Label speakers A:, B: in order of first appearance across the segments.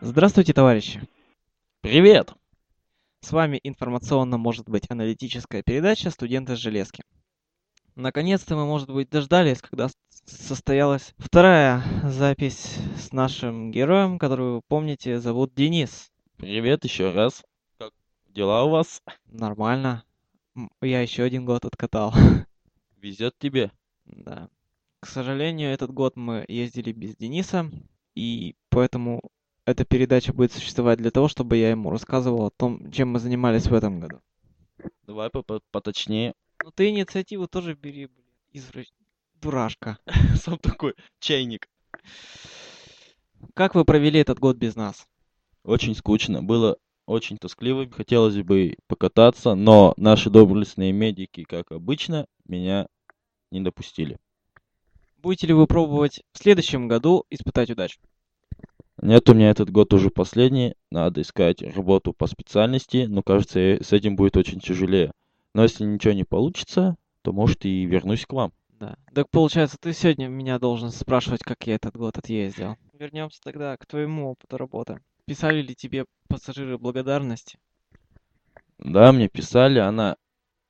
A: Здравствуйте, товарищи!
B: Привет!
A: С вами информационно, может быть, аналитическая передача «Студенты с железки». Наконец-то мы, может быть, дождались, когда с- состоялась вторая запись с нашим героем, которого вы помните, зовут Денис.
B: Привет еще раз. Как дела у вас?
A: Нормально. М, Я еще один год откатал.
B: Везет тебе?
A: Да. К сожалению, этот год мы ездили без Дениса, и поэтому эта передача будет существовать для того, чтобы я ему рассказывал о том, чем мы занимались в этом году.
B: Давай по- по- поточнее.
A: Ну ты инициативу тоже бери, блин, извращ... дурашка.
B: Сам такой чайник.
A: Как вы провели этот год без нас?
B: Очень скучно. Было очень тоскливо. Хотелось бы покататься, но наши доблестные медики, как обычно, меня не допустили.
A: Будете ли вы пробовать в следующем году испытать удачу?
B: Нет, у меня этот год уже последний. Надо искать работу по специальности, но кажется, э, с этим будет очень тяжелее. Но если ничего не получится, то может и вернусь к вам.
A: Да. Так получается, ты сегодня меня должен спрашивать, как я этот год отъездил. Вернемся тогда к твоему опыту работы. Писали ли тебе пассажиры благодарности?
B: Да, мне писали, она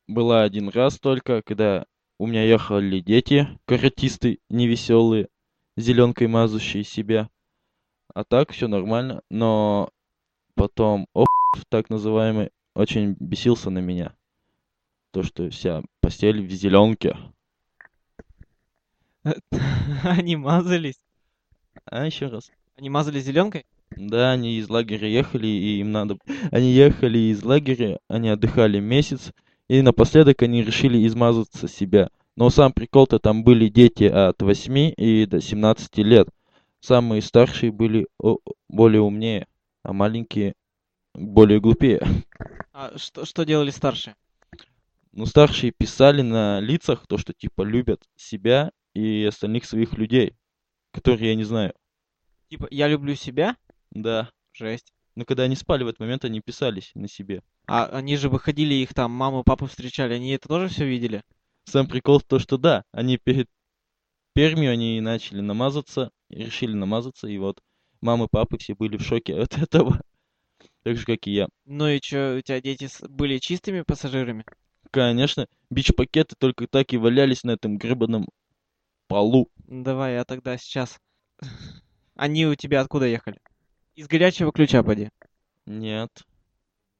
B: была один раз только, когда у меня ехали дети, каратисты невеселые, зеленкой мазущие себя. А так все нормально, но потом ох, так называемый, очень бесился на меня. То, что вся постель в зеленке.
A: Они мазались.
B: А еще раз.
A: Они мазали зеленкой?
B: Да, они из лагеря ехали, и им надо... Они ехали из лагеря, они отдыхали месяц, и напоследок они решили измазаться себя. Но сам прикол-то там были дети от 8 и до 17 лет. Самые старшие были о- более умнее, а маленькие более глупее.
A: А что, что делали старшие?
B: Ну, старшие писали на лицах то, что типа любят себя и остальных своих людей, которые я не знаю.
A: Типа, я люблю себя?
B: Да.
A: Жесть.
B: Но когда они спали в этот момент, они писались на себе.
A: А они же выходили, их там маму, папу встречали, они это тоже все видели?
B: Сам прикол в том, что да, они перед Пермью они начали намазаться, решили намазаться, и вот мамы, папы все были в шоке от этого. Так же, как и я.
A: Ну и чё, у тебя дети с- были чистыми пассажирами?
B: Конечно, бич-пакеты только так и валялись на этом гребаном полу.
A: Ну Давай, я тогда сейчас... Они у тебя откуда ехали? Из горячего ключа, поди.
B: Нет.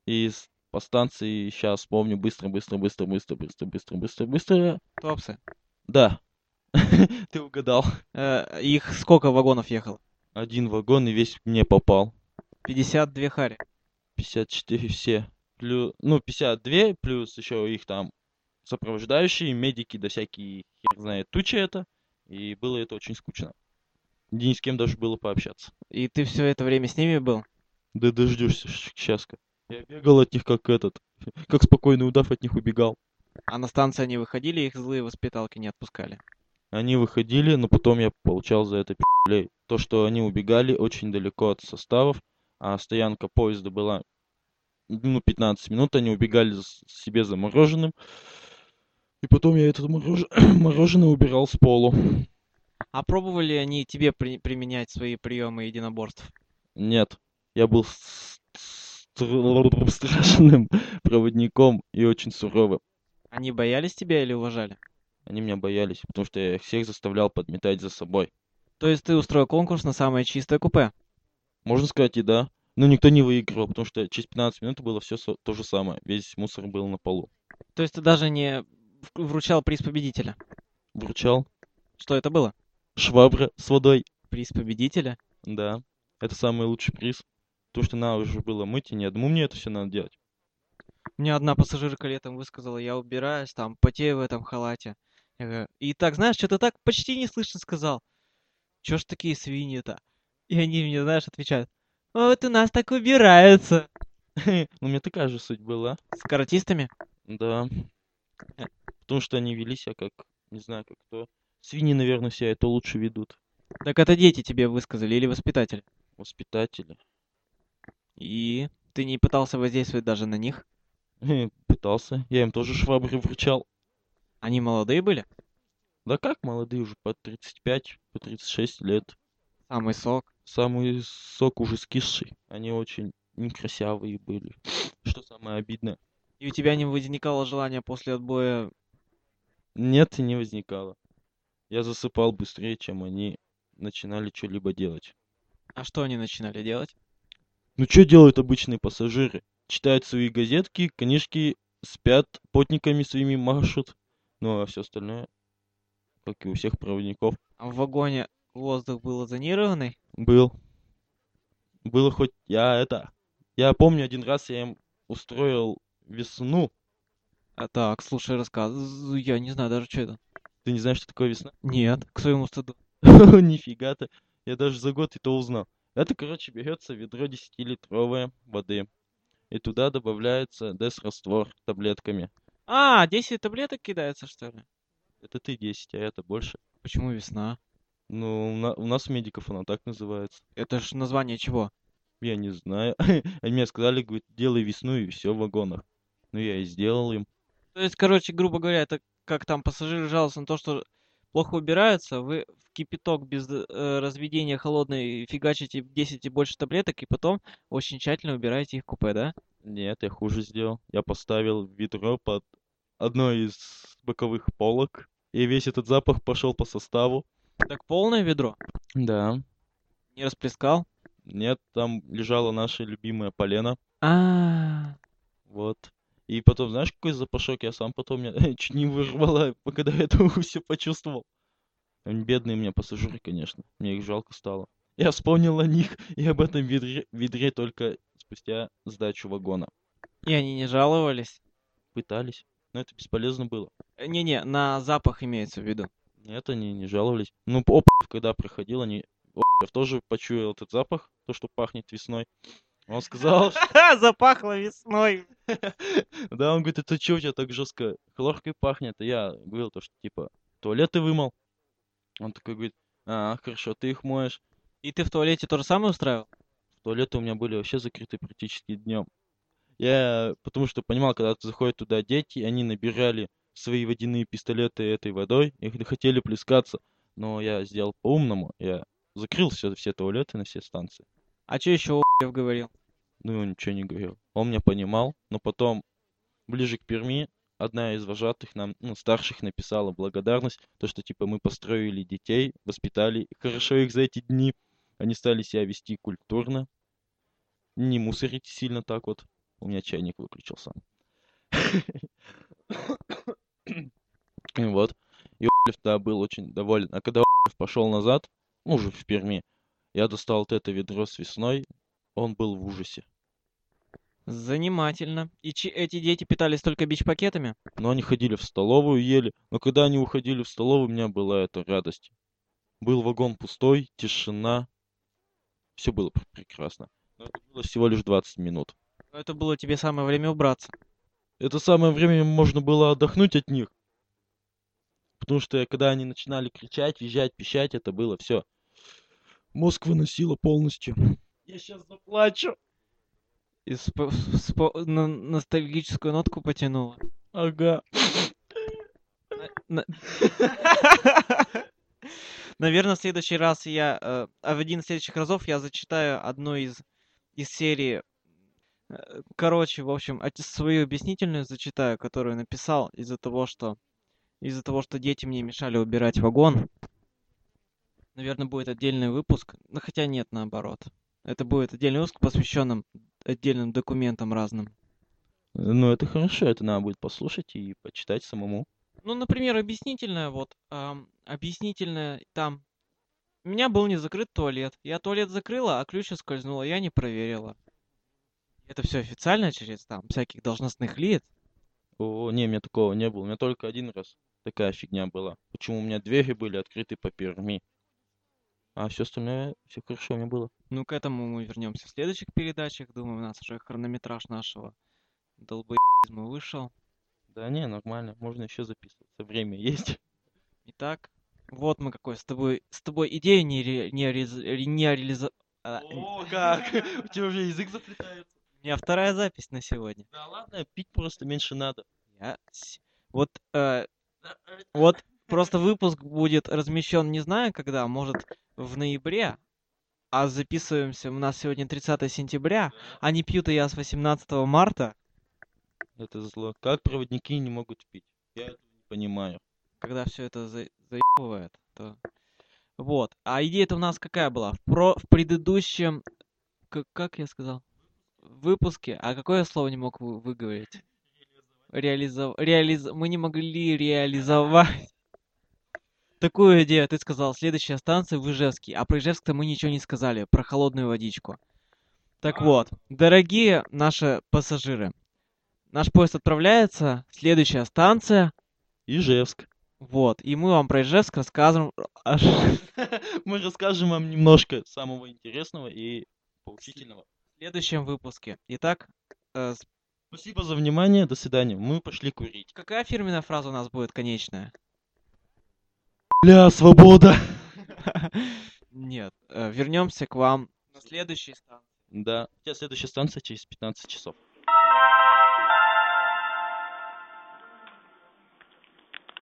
B: И с- по станции сейчас вспомню быстро, быстро, быстро, быстро, быстро, быстро, быстро, быстро.
A: Топсы.
B: Да. Ты угадал.
A: Э, их сколько вагонов ехало?
B: Один вагон и весь мне попал.
A: 52 хари.
B: 54 все. Плюс, ну, 52, плюс еще их там сопровождающие, медики, да всякие, хер знает, туча это. И было это очень скучно. Ни с кем даже было пообщаться.
A: И ты все это время с ними был?
B: Да дождешься сейчас Я бегал от них как этот, как спокойный удав от них убегал.
A: А на станции они выходили, их злые воспиталки не отпускали.
B: Они выходили, но потом я получал за это пи***лей. То, что они убегали очень далеко от составов, а стоянка поезда была, ну, 15 минут, они убегали за с- себе замороженным. И потом я это морож- мороженое убирал с полу.
A: А пробовали они тебе при- применять свои приемы единоборств?
B: Нет, я был с- с- стр- страшным проводником и очень суровым.
A: Они боялись тебя или уважали?
B: Они меня боялись, потому что я их всех заставлял подметать за собой.
A: То есть ты устроил конкурс на самое чистое купе?
B: Можно сказать, и да. Но никто не выиграл, потому что через 15 минут было все то же самое. Весь мусор был на полу.
A: То есть ты даже не вк- вручал приз победителя?
B: Вручал
A: Что это было?
B: швабра с водой.
A: Приз победителя?
B: Да, это самый лучший приз. То, что надо уже было мыть, и ни одному мне это все надо делать.
A: Мне одна пассажирка летом высказала, я убираюсь, там, потею в этом халате. Я говорю, и так, знаешь, что-то так почти неслышно сказал. Чё ж такие свиньи-то? И они мне, знаешь, отвечают, вот у нас так убираются.
B: Ну, У меня такая же суть была.
A: С каратистами?
B: Да. Потому что они вели себя как, не знаю, как кто. Свиньи, наверное, себя это лучше ведут.
A: Так это дети тебе высказали или воспитатель.
B: Воспитатели.
A: И ты не пытался воздействовать даже на них?
B: Пытался. Я им тоже швабры вручал.
A: Они молодые были?
B: Да как молодые уже, по 35, по 36 лет.
A: Самый сок.
B: самый сок уже скисший. Они очень некрасивые были. Что самое обидное.
A: И у тебя не возникало желания после отбоя...
B: Нет, и не возникало. Я засыпал быстрее, чем они начинали что-либо делать.
A: А что они начинали делать?
B: Ну что делают обычные пассажиры? Читают свои газетки, книжки, спят, потниками своими машут. Ну а все остальное, как и у всех проводников,
A: А В вагоне воздух был озонированный?
B: был. Было хоть я это... Я помню, один раз я им устроил весну.
A: А так, слушай, рассказывай. Я не знаю даже, что это.
B: Ты не знаешь, что такое весна?
A: Нет, к своему стыду.
B: Нифига ты. Я даже за год и то узнал. Это, короче, берется ведро 10-литровое воды. И туда добавляется дес-раствор таблетками.
A: А, 10 таблеток кидается, что ли?
B: Это ты 10, а это больше.
A: Почему весна?
B: Ну, у, на- у нас у медиков она так называется.
A: Это ж название чего?
B: Я не знаю. Они мне сказали, говорит, делай весну и все в вагонах. Ну, я и сделал им.
A: То есть, короче, грубо говоря, это как там пассажиры жалуются на то, что плохо убираются, вы в кипяток без э, разведения холодной фигачите 10 и больше таблеток, и потом очень тщательно убираете их купе, да?
B: Нет, я хуже сделал. Я поставил ведро под одной из боковых полок. И весь этот запах пошел по составу.
A: Так полное ведро?
B: Да.
A: Не расплескал?
B: Нет, там лежала наша любимая полена.
A: А,
B: Вот. И потом, знаешь, какой запашок? Я сам потом меня чуть не вырвала, когда я это все почувствовал. Они Бедные у меня пассажиры, конечно. Мне их жалко стало. Я вспомнил о них и об этом ведре, ведре только спустя сдачу вагона.
A: и они не жаловались?
B: Пытались, но это бесполезно было.
A: Э, Не-не, на запах имеется в виду.
B: Нет, они не жаловались. Ну, оп, когда проходил, они... Опов тоже почуял этот запах, то, что пахнет весной. Он сказал, что-
A: запахло весной.
B: Да, он говорит, это что у тебя так жестко хлоркой пахнет? И я говорил то, что типа туалеты вымыл. Он такой говорит, а, хорошо, ты их моешь.
A: И ты в туалете то же самое устраивал?
B: Туалеты у меня были вообще закрыты практически днем. Я, потому что понимал, когда заходят туда дети, они набирали свои водяные пистолеты этой водой, их хотели плескаться. Но я сделал по-умному, я закрыл все, все туалеты на все станции.
A: А что еще говорил?
B: Ну, и он ничего не говорил. Он меня понимал, но потом, ближе к Перми, одна из вожатых нам, ну, старших написала благодарность, то, что, типа, мы построили детей, воспитали хорошо их за эти дни. Они стали себя вести культурно, не мусорить сильно так вот. У меня чайник выключился. И Вот. И Олев, да, был очень доволен. А когда Олев пошел назад, ну, уже в Перми, я достал вот это ведро с весной, он был в ужасе.
A: Занимательно. И чи- эти дети питались только бич-пакетами?
B: Но они ходили в столовую, ели. Но когда они уходили в столовую, у меня была эта радость. Был вагон пустой, тишина. Все было пр- прекрасно. Но это было всего лишь 20 минут.
A: Но Это было тебе самое время убраться.
B: Это самое время можно было отдохнуть от них. Потому что когда они начинали кричать, визжать, пищать, это было все. Мозг выносило полностью. Я сейчас заплачу.
A: И спо- спо- на- ностальгическую нотку потянула.
B: Ага.
A: Наверное, в следующий раз я... э, а в один из следующих разов я зачитаю одну из, из серии... э, Короче, в общем, от- свою объяснительную зачитаю, которую написал из-за того, что... Из-за того, что дети мне мешали убирать вагон. Наверное, будет отдельный выпуск. Ну, хотя нет, наоборот. Это будет отдельный выпуск, посвященным отдельным документам разным.
B: Ну это хорошо, это надо будет послушать и почитать самому.
A: Ну, например, объяснительная, вот, ам, объяснительная там. У меня был не закрыт туалет. Я туалет закрыла, а ключ скользнула, я не проверила. Это все официально через там всяких должностных лиц.
B: О, не, у меня такого не было. У меня только один раз такая фигня была. Почему у меня двери были открыты по Перми? А все остальное, все хорошо у меня было.
A: Ну, к этому мы вернемся в следующих передачах. Думаю, у нас уже хронометраж нашего долбоизма вышел.
B: Да не, нормально, можно еще записываться. Время есть.
A: Итак, вот мы какой с тобой, с тобой идею не, ре- не, реализ- не реализо- а,
B: как? У тебя уже язык заплетается.
A: У меня вторая запись на сегодня.
B: Да ладно, Э, пить просто меньше надо.
A: Я... с- Вот э, Вот просто выпуск будет размещен, не знаю когда, может в ноябре, а записываемся, у нас сегодня 30 сентября, они пьют и я с 18 марта,
B: Это зло. Как проводники не могут пить? Я этого не понимаю.
A: когда все это за... заебывает, то... Вот. А идея-то у нас какая была? В, про... в предыдущем... Как, как я сказал? Выпуске. А какое я слово не мог вы- выговорить? Реализов... Реализ... Мы не могли реализовать такую идею. Ты сказал, следующая станция в Ижевске. А про Ижевск-то мы ничего не сказали. Про холодную водичку. Так вот, дорогие наши пассажиры. Наш поезд отправляется. Следующая станция
B: Ижевск.
A: вот, и мы вам про Ижевск рассказываем... аж
B: Мы расскажем вам немножко самого интересного и поучительного.
A: в следующем выпуске. Итак, э, с-
B: Спасибо за внимание, до свидания. Мы пошли курить.
A: какая фирменная фраза у нас будет конечная?
B: Бля, свобода!
A: Нет, э, вернемся к вам на следующей станции.
B: Да, у тебя следующая станция через 15 часов.